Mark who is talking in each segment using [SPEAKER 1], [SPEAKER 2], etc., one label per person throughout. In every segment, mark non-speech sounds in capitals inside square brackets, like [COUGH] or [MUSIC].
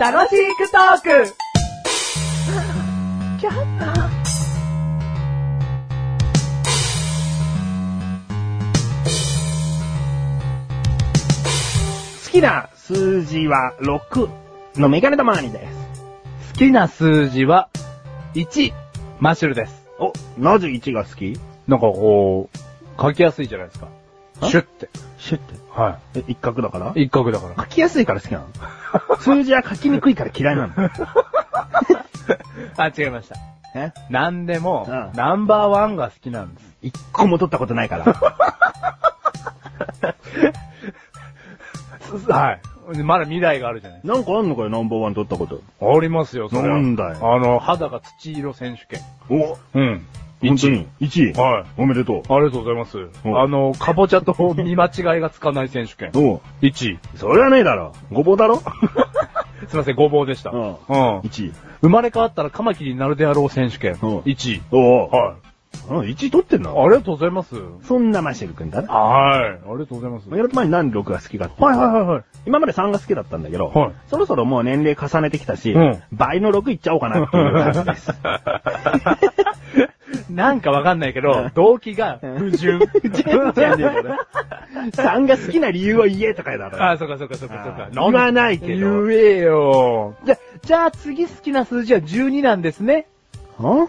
[SPEAKER 1] 楽しくトーク
[SPEAKER 2] 好きな数字は6のメガネ玉兄です。
[SPEAKER 3] 好きな数字は、1、マッシュルです。
[SPEAKER 2] お、なぜ1が好き
[SPEAKER 3] なんかこう、書きやすいじゃないですか。
[SPEAKER 2] え
[SPEAKER 3] シュって。
[SPEAKER 2] シュって。
[SPEAKER 3] は
[SPEAKER 2] え、一角だから
[SPEAKER 3] い。一角だから。
[SPEAKER 2] 書きやすいから好きな
[SPEAKER 3] [LAUGHS]
[SPEAKER 2] の数字は書きにくいから嫌いなの。
[SPEAKER 3] あ、違いました。
[SPEAKER 2] え
[SPEAKER 3] なんでも、
[SPEAKER 2] うん
[SPEAKER 3] ナンバーワンが好きなんです。
[SPEAKER 2] 一個も取ったことない
[SPEAKER 3] [LAUGHS]
[SPEAKER 2] から。
[SPEAKER 3] はい。まだ未来があるじゃないです
[SPEAKER 2] なんかあんのかよ、ナンバーワン取ったこと。
[SPEAKER 3] か。ありますよ、それは。
[SPEAKER 2] なんだよ
[SPEAKER 3] あの、肌が土色選手権。
[SPEAKER 2] お、
[SPEAKER 3] うん。
[SPEAKER 2] 本当に。1位。
[SPEAKER 3] はい。
[SPEAKER 2] おめでとう。
[SPEAKER 3] ありがとうございます。
[SPEAKER 2] うん
[SPEAKER 3] あの、かぼちゃと見間違いがつかない選手権。
[SPEAKER 2] おう
[SPEAKER 3] 1位。
[SPEAKER 2] それはねえだろ。ごぼうだろ [LAUGHS]
[SPEAKER 3] すいません、ごぼうでした。
[SPEAKER 2] うん ?1 位。
[SPEAKER 3] 生まれ変わったらカマキリになるであろう選手権。
[SPEAKER 2] うん
[SPEAKER 3] 1位。
[SPEAKER 2] おう
[SPEAKER 3] はい。
[SPEAKER 2] あ1位取ってん
[SPEAKER 3] あ
[SPEAKER 2] の
[SPEAKER 3] りがとうございます。
[SPEAKER 2] そんなマシェル君だな。
[SPEAKER 3] はい。ありがとうございます。
[SPEAKER 2] メガネ玉に何で6が好きかって。
[SPEAKER 3] はいはいはいはい。
[SPEAKER 2] 今まで3が好きだったんだけど、
[SPEAKER 3] はい
[SPEAKER 2] そろそろもう年齢重ねてきたし、
[SPEAKER 3] うん
[SPEAKER 2] 倍の6いっちゃおうかなっていう感じ
[SPEAKER 3] [LAUGHS]
[SPEAKER 2] です。
[SPEAKER 3] なんかわかんないけ
[SPEAKER 2] う
[SPEAKER 3] ど
[SPEAKER 2] ん、
[SPEAKER 3] 動機が不純。不純
[SPEAKER 2] じゃねえよね。3が好きな理由を言えとかやだろ。
[SPEAKER 3] [LAUGHS] あ、そっかそっかそっかそっ
[SPEAKER 2] あ
[SPEAKER 3] か。
[SPEAKER 2] ー言わないけど
[SPEAKER 3] 言えよ。じゃ、じゃあ次好きな数字は12なんですね。
[SPEAKER 2] は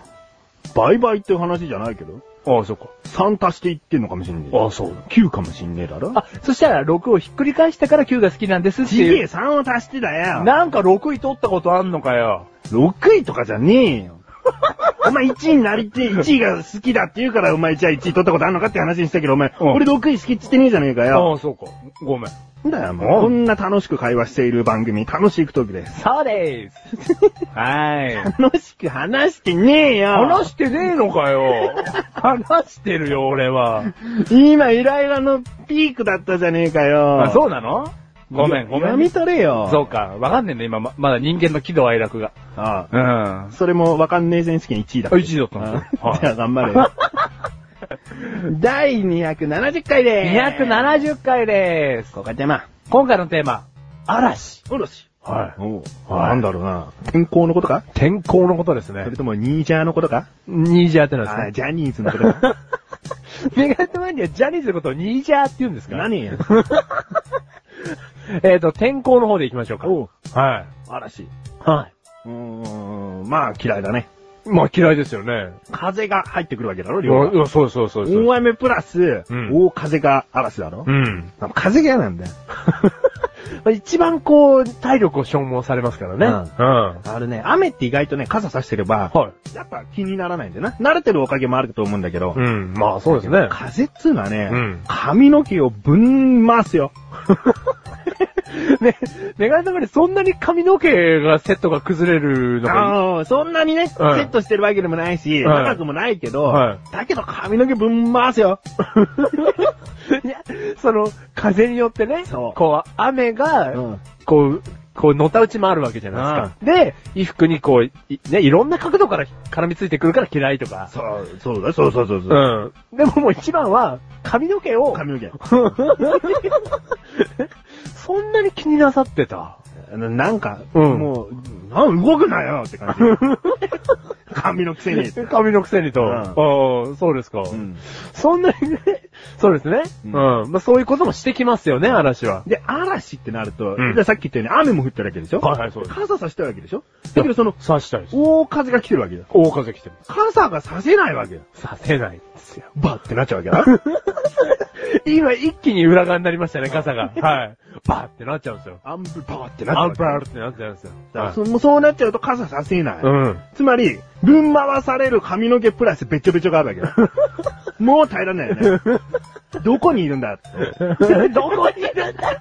[SPEAKER 2] 倍々っていう話じゃないけど。
[SPEAKER 3] ああ、そっか。
[SPEAKER 2] 3足していってんのかもしんねえ。
[SPEAKER 3] あそう。
[SPEAKER 2] 9かもしんねえだろ。
[SPEAKER 3] あ、そしたら6をひっくり返したから9が好きなんですって
[SPEAKER 2] ちげ
[SPEAKER 3] い
[SPEAKER 2] え、
[SPEAKER 3] う。
[SPEAKER 2] 3を足してだよ。
[SPEAKER 3] なんか6位取ったことあんのかよ。
[SPEAKER 2] 6位とかじゃねえ
[SPEAKER 3] [LAUGHS]
[SPEAKER 2] よ。お前1位になりてえ、1位が好きだって言うから、お前じゃあ1位取ったことあんのかって話にしたけど、お前、
[SPEAKER 3] うん
[SPEAKER 2] 俺6位好きっつってねえじゃねえかよ。
[SPEAKER 3] ああ、そうか。ごめん。
[SPEAKER 2] なんだよ、もう。こんな楽しく会話している番組、楽しいくときです。
[SPEAKER 3] そうでー [LAUGHS] す。は
[SPEAKER 2] 楽しく話してねえよ
[SPEAKER 3] ーい。話してねえのか [LAUGHS] よ。話してるよ、俺は。
[SPEAKER 2] 今、イライラのピークだったじゃねえかよ。
[SPEAKER 3] あ、そうなのごめん、ごめ
[SPEAKER 2] や
[SPEAKER 3] ん
[SPEAKER 2] め。とれよ。
[SPEAKER 3] そうか。わかんねえんだ、今、ままだ人間の喜怒哀楽が。
[SPEAKER 2] あ
[SPEAKER 3] うん。あ
[SPEAKER 2] あ。、それもわかんねえ選手権1位だ。
[SPEAKER 3] 1位だったんですよ
[SPEAKER 2] あ。じゃあ頑張れよ。 [LAUGHS] 第270回でーす。
[SPEAKER 3] 270回でーす。
[SPEAKER 2] こがてま。
[SPEAKER 3] 今回のテーマ、嵐。
[SPEAKER 2] おろし。
[SPEAKER 3] は
[SPEAKER 2] おうなんだろうな。天候のことか
[SPEAKER 3] い。天候のことですね
[SPEAKER 2] それともニージャーのことか
[SPEAKER 3] ニージャーっての
[SPEAKER 2] あ
[SPEAKER 3] は
[SPEAKER 2] あ
[SPEAKER 3] で
[SPEAKER 2] ジャニーズのこと [LAUGHS] か
[SPEAKER 3] すね。メガネとマニア、ジャニーズのことをニージャーって言うんですか
[SPEAKER 2] 何 [LAUGHS] や。
[SPEAKER 3] えっと、天候の方で行きましょうか。
[SPEAKER 2] おう
[SPEAKER 3] は
[SPEAKER 2] 嵐。
[SPEAKER 3] い。は
[SPEAKER 2] う
[SPEAKER 3] い。
[SPEAKER 2] ーん、まあ嫌いだね。
[SPEAKER 3] まあ嫌いですよね。
[SPEAKER 2] 風が入ってくるわけだろ、
[SPEAKER 3] い
[SPEAKER 2] 両
[SPEAKER 3] や、い
[SPEAKER 2] 方。
[SPEAKER 3] やそうそうそうそう。
[SPEAKER 2] 大雨プラス、
[SPEAKER 3] うん
[SPEAKER 2] 大風が嵐だろ、
[SPEAKER 3] うん。
[SPEAKER 2] なんか風が嫌
[SPEAKER 3] [LAUGHS]
[SPEAKER 2] なんだよ。
[SPEAKER 3] 一番こう、体力を消耗されますからね。
[SPEAKER 2] うん
[SPEAKER 3] ん。
[SPEAKER 2] あれね、雨って意外とね、傘さしてれば、
[SPEAKER 3] はい。
[SPEAKER 2] やっぱ気にならないんだよな。慣れてるおかげもあると思うんだけど、
[SPEAKER 3] うん。まあそうですね。
[SPEAKER 2] 風っつうのはね、
[SPEAKER 3] うん
[SPEAKER 2] 髪の毛をぶん回
[SPEAKER 3] [LAUGHS]
[SPEAKER 2] すよ。
[SPEAKER 3] ね、メガネ玉にそんなに髪の毛がセットが崩れるのがいい
[SPEAKER 2] ああ、そんなにね、セ
[SPEAKER 3] はい
[SPEAKER 2] ットしてるわけでもないし、
[SPEAKER 3] はい
[SPEAKER 2] 長くもないけど、
[SPEAKER 3] は
[SPEAKER 2] だけど髪の毛ぶん回す
[SPEAKER 3] [LAUGHS]
[SPEAKER 2] よ。
[SPEAKER 3] いや、その、風によってね、
[SPEAKER 2] そう
[SPEAKER 3] こう、雨が、
[SPEAKER 2] うん
[SPEAKER 3] こう、こう、のたうちもあるわけじゃないですか。で、衣服にこう、いね、いろんな角度から絡みついてくるから嫌いとか。
[SPEAKER 2] そう、そうだ、そうそうそうそう。
[SPEAKER 3] ん。でももう一番は、髪の毛を、
[SPEAKER 2] 髪の毛。
[SPEAKER 3] そんなに気になさってた。
[SPEAKER 2] ななんか、
[SPEAKER 3] うん
[SPEAKER 2] もう、なん動くなよって感 [LAUGHS] じ。髪のくせに。
[SPEAKER 3] 髪のくせにと。
[SPEAKER 2] うん
[SPEAKER 3] ああ、そうですか。
[SPEAKER 2] うん
[SPEAKER 3] そんなにね、 [LAUGHS] そうですね。
[SPEAKER 2] う
[SPEAKER 3] うんん。まあそういうこともしてきますよね、嵐は。
[SPEAKER 2] で、嵐ってなると、
[SPEAKER 3] うん
[SPEAKER 2] じゃあさっき言ったように雨も降ってるわけでしょ
[SPEAKER 3] はいはいそうです
[SPEAKER 2] 傘さしてるわけでしょだけどその、
[SPEAKER 3] 刺したいです。
[SPEAKER 2] 大風が来てるわけだよ。
[SPEAKER 3] 大風来てる。
[SPEAKER 2] 傘がさせないわけよ。
[SPEAKER 3] させないんですよ。
[SPEAKER 2] バッってなっちゃうわけだ。
[SPEAKER 3] 今一気に裏側になりましたね、傘が。はい。バーってなっちゃうんですよ。
[SPEAKER 2] アンブバーってなっちゃう
[SPEAKER 3] ア
[SPEAKER 2] わ
[SPEAKER 3] ン
[SPEAKER 2] け。
[SPEAKER 3] プラルってなっちゃうんですよ。
[SPEAKER 2] だからそもうそうなっちゃうと傘させない。
[SPEAKER 3] うん。
[SPEAKER 2] つまり、ぶん回される髪の毛プラスべちょべちょがあるわ [LAUGHS] けよ。もう耐えられないよね。どこにいるんだって。 [LAUGHS] どこにいるんだ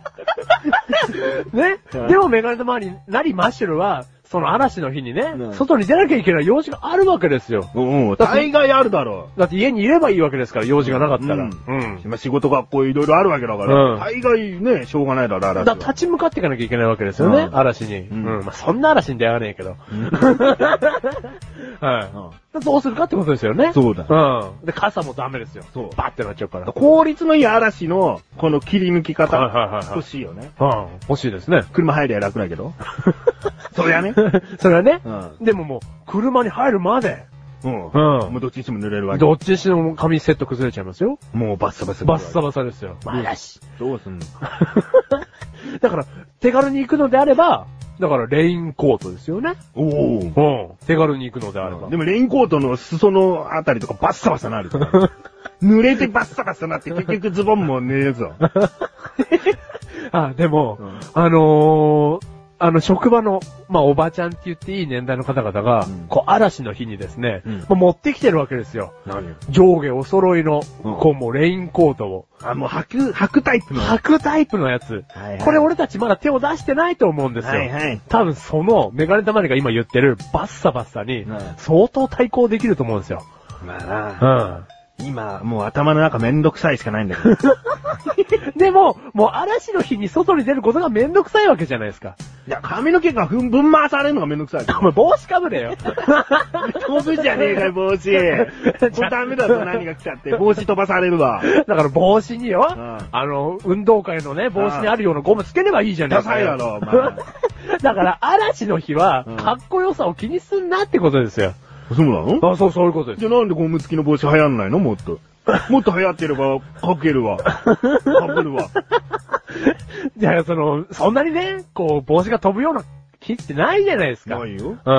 [SPEAKER 3] ね、
[SPEAKER 2] うん
[SPEAKER 3] でもメガネと周りになりマッシュルは、その嵐の日にね、
[SPEAKER 2] うん
[SPEAKER 3] 外に出なきゃいけない用事があるわけですよ。
[SPEAKER 2] うん、大概あるだろう。
[SPEAKER 3] だって家にいればいいわけですから、用事がなかったら。
[SPEAKER 2] う
[SPEAKER 3] うんん。
[SPEAKER 2] まあ仕事学校いろいろあるわけだから、
[SPEAKER 3] うん
[SPEAKER 2] 大概ね、しょうがないだろ、嵐は
[SPEAKER 3] だから立ち向かっていかなきゃいけないわけですよね、
[SPEAKER 2] うん
[SPEAKER 3] 嵐に。うんん。まあ、そんな嵐に出会わねえけど。
[SPEAKER 2] うん
[SPEAKER 3] [LAUGHS] はい。どうするかってことですよね。
[SPEAKER 2] そうだ。
[SPEAKER 3] うん。で、傘もダメですよ。
[SPEAKER 2] そう
[SPEAKER 3] バッてなっちゃうから。
[SPEAKER 2] 効率のいい嵐の、この切り抜き
[SPEAKER 3] はい
[SPEAKER 2] 方、
[SPEAKER 3] はいはいはい
[SPEAKER 2] 欲。しいよね。
[SPEAKER 3] うん、欲しいですね。
[SPEAKER 2] 車入りゃ楽だけ
[SPEAKER 3] [LAUGHS]
[SPEAKER 2] ど。そりゃね。
[SPEAKER 3] それはね
[SPEAKER 2] う、ん。
[SPEAKER 3] でももう、車に入るまで、
[SPEAKER 2] うん。
[SPEAKER 3] うん
[SPEAKER 2] もうどっちにしても濡れるわけ。
[SPEAKER 3] どっちにしても髪セット崩れちゃいますよ。
[SPEAKER 2] もうバッサバサ。
[SPEAKER 3] バッサバサですよ。
[SPEAKER 2] まあだ
[SPEAKER 3] し。 [LAUGHS]
[SPEAKER 2] どうすんの
[SPEAKER 3] だから、手軽に行くのであれば、だからレインコートですよね。
[SPEAKER 2] おお。
[SPEAKER 3] うん。手軽に行くのであれば。
[SPEAKER 2] でもレインコートの裾のあたりとかバッサバサなるから。
[SPEAKER 3] [LAUGHS]
[SPEAKER 2] 濡れてバッサバサなって結局ズボンも濡れるぞ。
[SPEAKER 3] あ、でも、
[SPEAKER 2] うん
[SPEAKER 3] あのー、あの、職場の、まあ、おばちゃんって言っていい年代の方々が、
[SPEAKER 2] うん
[SPEAKER 3] こう、嵐の日にですね、
[SPEAKER 2] うん
[SPEAKER 3] もう持ってきてるわけですよ。
[SPEAKER 2] 何よ。
[SPEAKER 3] 上下お揃いの、
[SPEAKER 2] うん
[SPEAKER 3] こう、もうレインコートを。
[SPEAKER 2] あ、もう履く、履くタイプの。
[SPEAKER 3] 履くタイプのやつ。
[SPEAKER 2] はいはい
[SPEAKER 3] これ俺たちまだ手を出してないと思うんですよ。
[SPEAKER 2] はいはい。
[SPEAKER 3] 多分その、メガネたまりが今言ってる、バッサバッサに
[SPEAKER 2] うん、
[SPEAKER 3] 相当対抗できると思うんですよ。
[SPEAKER 2] まあな
[SPEAKER 3] うん。
[SPEAKER 2] 今、もう頭の中めんどくさいしかないんだけ [LAUGHS] ど。い
[SPEAKER 3] でも、もう嵐の日に外に出ることがめんどくさいわけじゃないですか。
[SPEAKER 2] や、髪の毛がふん、ぶん回されるのがめんどくさい。
[SPEAKER 3] お前帽子かぶ
[SPEAKER 2] [LAUGHS]
[SPEAKER 3] れよ。
[SPEAKER 2] 飛ぶじゃねえかよ、 [LAUGHS] 帽子。もうダメだぞ、何が来ちゃって。 [LAUGHS] 帽子飛ばされるわ。
[SPEAKER 3] だから帽子によ、
[SPEAKER 2] うん
[SPEAKER 3] あの、運動会のね、帽子にあるようなゴムつければいいじゃね
[SPEAKER 2] ダ
[SPEAKER 3] えか
[SPEAKER 2] サいだ
[SPEAKER 3] よ。
[SPEAKER 2] ろ、お前。
[SPEAKER 3] [LAUGHS] だから、嵐の日は
[SPEAKER 2] うん、
[SPEAKER 3] かっこよさを気にすんなってことですよ。
[SPEAKER 2] そうなの
[SPEAKER 3] あ、そう、そういうことで
[SPEAKER 2] じ。ゃあなんでゴム付きの帽子流行んないのもっ [LAUGHS] と。もっと流行ってれば、かけるわ。かぶるわ。
[SPEAKER 3] じゃあ、その、そんなにね、こう、帽子が飛ぶような日ってないじゃないですか。
[SPEAKER 2] ないよ。
[SPEAKER 3] う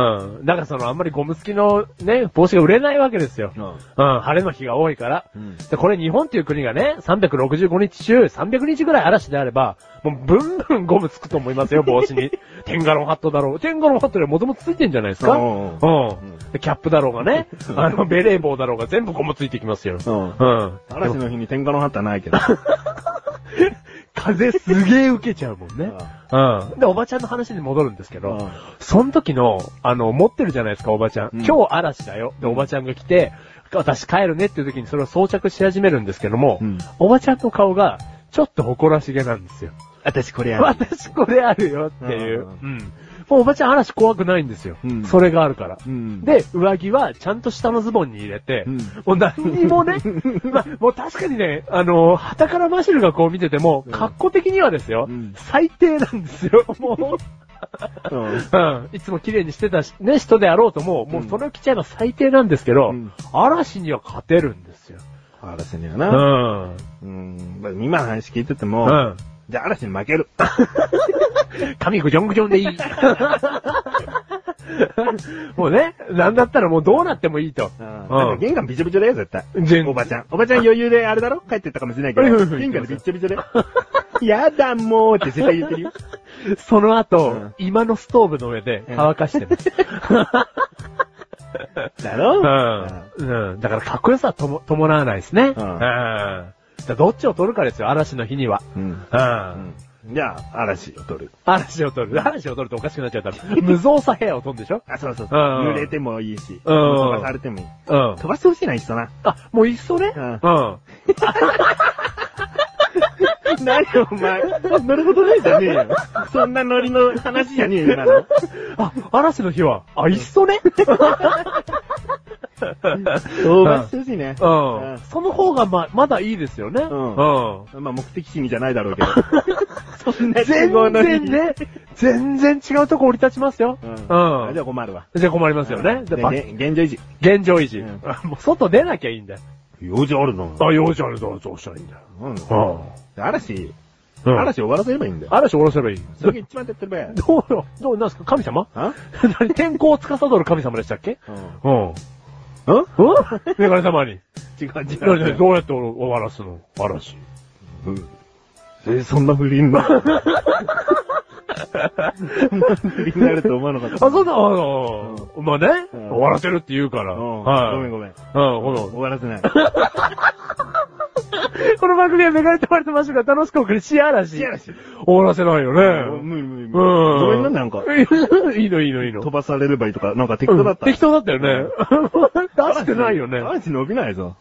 [SPEAKER 3] ん。だからその、あんまりゴム付きのね、帽子が売れないわけですよ。うん、晴れの日が多いから。
[SPEAKER 2] うん
[SPEAKER 3] で、これ日本っていう国がね、365日中、300日ぐらい嵐であれば、もうブンブンゴムつくと思いますよ、帽子 [LAUGHS] に。テンガロンハットだろう。テンガロンハットでもともとついてんじゃないですか。
[SPEAKER 2] うん
[SPEAKER 3] うん。でキャップだろうがね、あの、ベレー帽だろうが全部ゴムついてきますよ。
[SPEAKER 2] うん
[SPEAKER 3] うん。
[SPEAKER 2] 嵐の日に天下の旗ないけど。
[SPEAKER 3] 風すげえ受けちゃうも [LAUGHS] んね。うん。で、おばちゃんの話に戻るんですけど、
[SPEAKER 2] うん
[SPEAKER 3] その時の、あの、持ってるじゃないですか、おばちゃん。
[SPEAKER 2] うん
[SPEAKER 3] 今日嵐だよ。で、おばちゃんが来て、私帰るねっていう時にそれを装着し始めるんですけども、
[SPEAKER 2] うん
[SPEAKER 3] おばちゃんの顔が、ちょっと誇らしげなんですよ。
[SPEAKER 2] 私これやる。
[SPEAKER 3] 私これあるよっていう。
[SPEAKER 2] う
[SPEAKER 3] うん。もうおばちゃん嵐怖くないんですよ。
[SPEAKER 2] うん
[SPEAKER 3] それがあるから。
[SPEAKER 2] うん
[SPEAKER 3] で、上着はちゃんと下のズボンに入れて、
[SPEAKER 2] うん
[SPEAKER 3] もう何に
[SPEAKER 2] [LAUGHS]
[SPEAKER 3] もね、まあ、もう確かにね、あの、旗からマシルがこう見てても、格好的にはですよ、
[SPEAKER 2] うん
[SPEAKER 3] 最低なんです
[SPEAKER 2] [LAUGHS]
[SPEAKER 3] よ、もう。
[SPEAKER 2] うん
[SPEAKER 3] うん。いつも綺麗にしてたし、ね、人であろうとも、もうそれを着ちゃえば最低なんですけど、
[SPEAKER 2] うん
[SPEAKER 3] 嵐には勝てるんですよ。
[SPEAKER 2] 嵐には
[SPEAKER 3] う
[SPEAKER 2] な。
[SPEAKER 3] ん。
[SPEAKER 2] うん。まあ今の話聞いてて
[SPEAKER 3] う
[SPEAKER 2] も、
[SPEAKER 3] ん。
[SPEAKER 2] じゃあ嵐に負ける。
[SPEAKER 3] 髪ぐじょんぐじょんでい
[SPEAKER 2] [LAUGHS]
[SPEAKER 3] い。もうね、なんだったらもうどうなってもいいと。
[SPEAKER 2] なんか玄関びちょびちょだよ、絶対。
[SPEAKER 3] 全
[SPEAKER 2] おばちゃん。おばちゃん余裕であれだろ帰ってったかもしれないけ
[SPEAKER 3] うんう
[SPEAKER 2] ど
[SPEAKER 3] んう。ん
[SPEAKER 2] 玄関でびっちょびちょで。やだもうって絶対言ってるよ。
[SPEAKER 3] その後、
[SPEAKER 2] うん
[SPEAKER 3] 今のストーブの上で乾かしてます。
[SPEAKER 2] だろ
[SPEAKER 3] うん。うん。だからかっこよさはとも伴わないですね。
[SPEAKER 2] うん
[SPEAKER 3] うん。だからどっちを取るかですよ、嵐の日には。
[SPEAKER 2] うん。
[SPEAKER 3] うん。
[SPEAKER 2] じゃあ、嵐を取る。
[SPEAKER 3] 嵐を取る。嵐を取るとおかしくなっちゃうから。無造作部屋を取るんでしょ
[SPEAKER 2] あ、そうそう。
[SPEAKER 3] うんう
[SPEAKER 2] 濡
[SPEAKER 3] ん
[SPEAKER 2] れてもいいし、飛
[SPEAKER 3] うんうん
[SPEAKER 2] ばされてもいい。
[SPEAKER 3] うん。
[SPEAKER 2] 飛ばしてほしいな、いっそな。
[SPEAKER 3] あ、もういっそね。
[SPEAKER 2] うん
[SPEAKER 3] うん。
[SPEAKER 2] 何よ、お [LAUGHS] 前。乗るほどねえじゃねえよ。そんなノリの話じゃねえよ、今の。
[SPEAKER 3] あ、嵐の日は、あ、いっ
[SPEAKER 2] [LAUGHS]
[SPEAKER 3] そね。
[SPEAKER 2] 飛ばしてほしいね。
[SPEAKER 3] うん
[SPEAKER 2] ん。
[SPEAKER 3] その方がま、まだいいですよね。
[SPEAKER 2] ん
[SPEAKER 3] うん。
[SPEAKER 2] まあ、目的地にじゃないだろ
[SPEAKER 3] [LAUGHS]
[SPEAKER 2] うけど。そんな
[SPEAKER 3] 全然ね、全然違うとこ降り立ちますよ。
[SPEAKER 2] う
[SPEAKER 3] うんん。
[SPEAKER 2] じゃあ困るわ。
[SPEAKER 3] じゃあ困りますよね。
[SPEAKER 2] うん
[SPEAKER 3] で
[SPEAKER 2] で
[SPEAKER 3] ば
[SPEAKER 2] げ現状維持。
[SPEAKER 3] 現状維持。
[SPEAKER 2] うん
[SPEAKER 3] もう外出なきゃいいんだよ。
[SPEAKER 2] 用事あるな。
[SPEAKER 3] あ、用事あるぞ、どうしたらいいんだよ。
[SPEAKER 2] うん。
[SPEAKER 3] う
[SPEAKER 2] 嵐、
[SPEAKER 3] ん。うん、
[SPEAKER 2] 嵐終わらせればいいんだよ。
[SPEAKER 3] 嵐下ろせばいい。
[SPEAKER 2] それが一番手っ取り早い。
[SPEAKER 3] どうよ、どう、なんすか
[SPEAKER 2] [LAUGHS]
[SPEAKER 3] 神様
[SPEAKER 2] あ
[SPEAKER 3] 何天候を司る神様でしたっけ
[SPEAKER 2] うん。
[SPEAKER 3] うん。うん
[SPEAKER 2] うん
[SPEAKER 3] メガネ様に。
[SPEAKER 2] 違う違
[SPEAKER 3] 何
[SPEAKER 2] う
[SPEAKER 3] 々。どうやって終わらすの嵐。
[SPEAKER 2] うんえー、そんな不倫な。そんな不倫になると思わなかった。
[SPEAKER 3] あ、そうだ、あの、まあね、
[SPEAKER 2] うん
[SPEAKER 3] 終わらせるって言うから。
[SPEAKER 2] うん
[SPEAKER 3] はい。
[SPEAKER 2] ごめんごめん。
[SPEAKER 3] うん、ほど
[SPEAKER 2] 終。わらせない。
[SPEAKER 3] この番組はメガネとまれてましたが楽しくお送りしやらし。
[SPEAKER 2] しやらし
[SPEAKER 3] 終わらせないよね。
[SPEAKER 2] 無理無理無理。
[SPEAKER 3] うん。
[SPEAKER 2] ごめんな、なんか。
[SPEAKER 3] [LAUGHS] いいのいいのいいの。
[SPEAKER 2] 飛ばされればいい
[SPEAKER 3] [LAUGHS]
[SPEAKER 2] とか、なんか適当だった。
[SPEAKER 3] 適当だったよね。出してないよね。
[SPEAKER 2] 嵐伸びないぞ。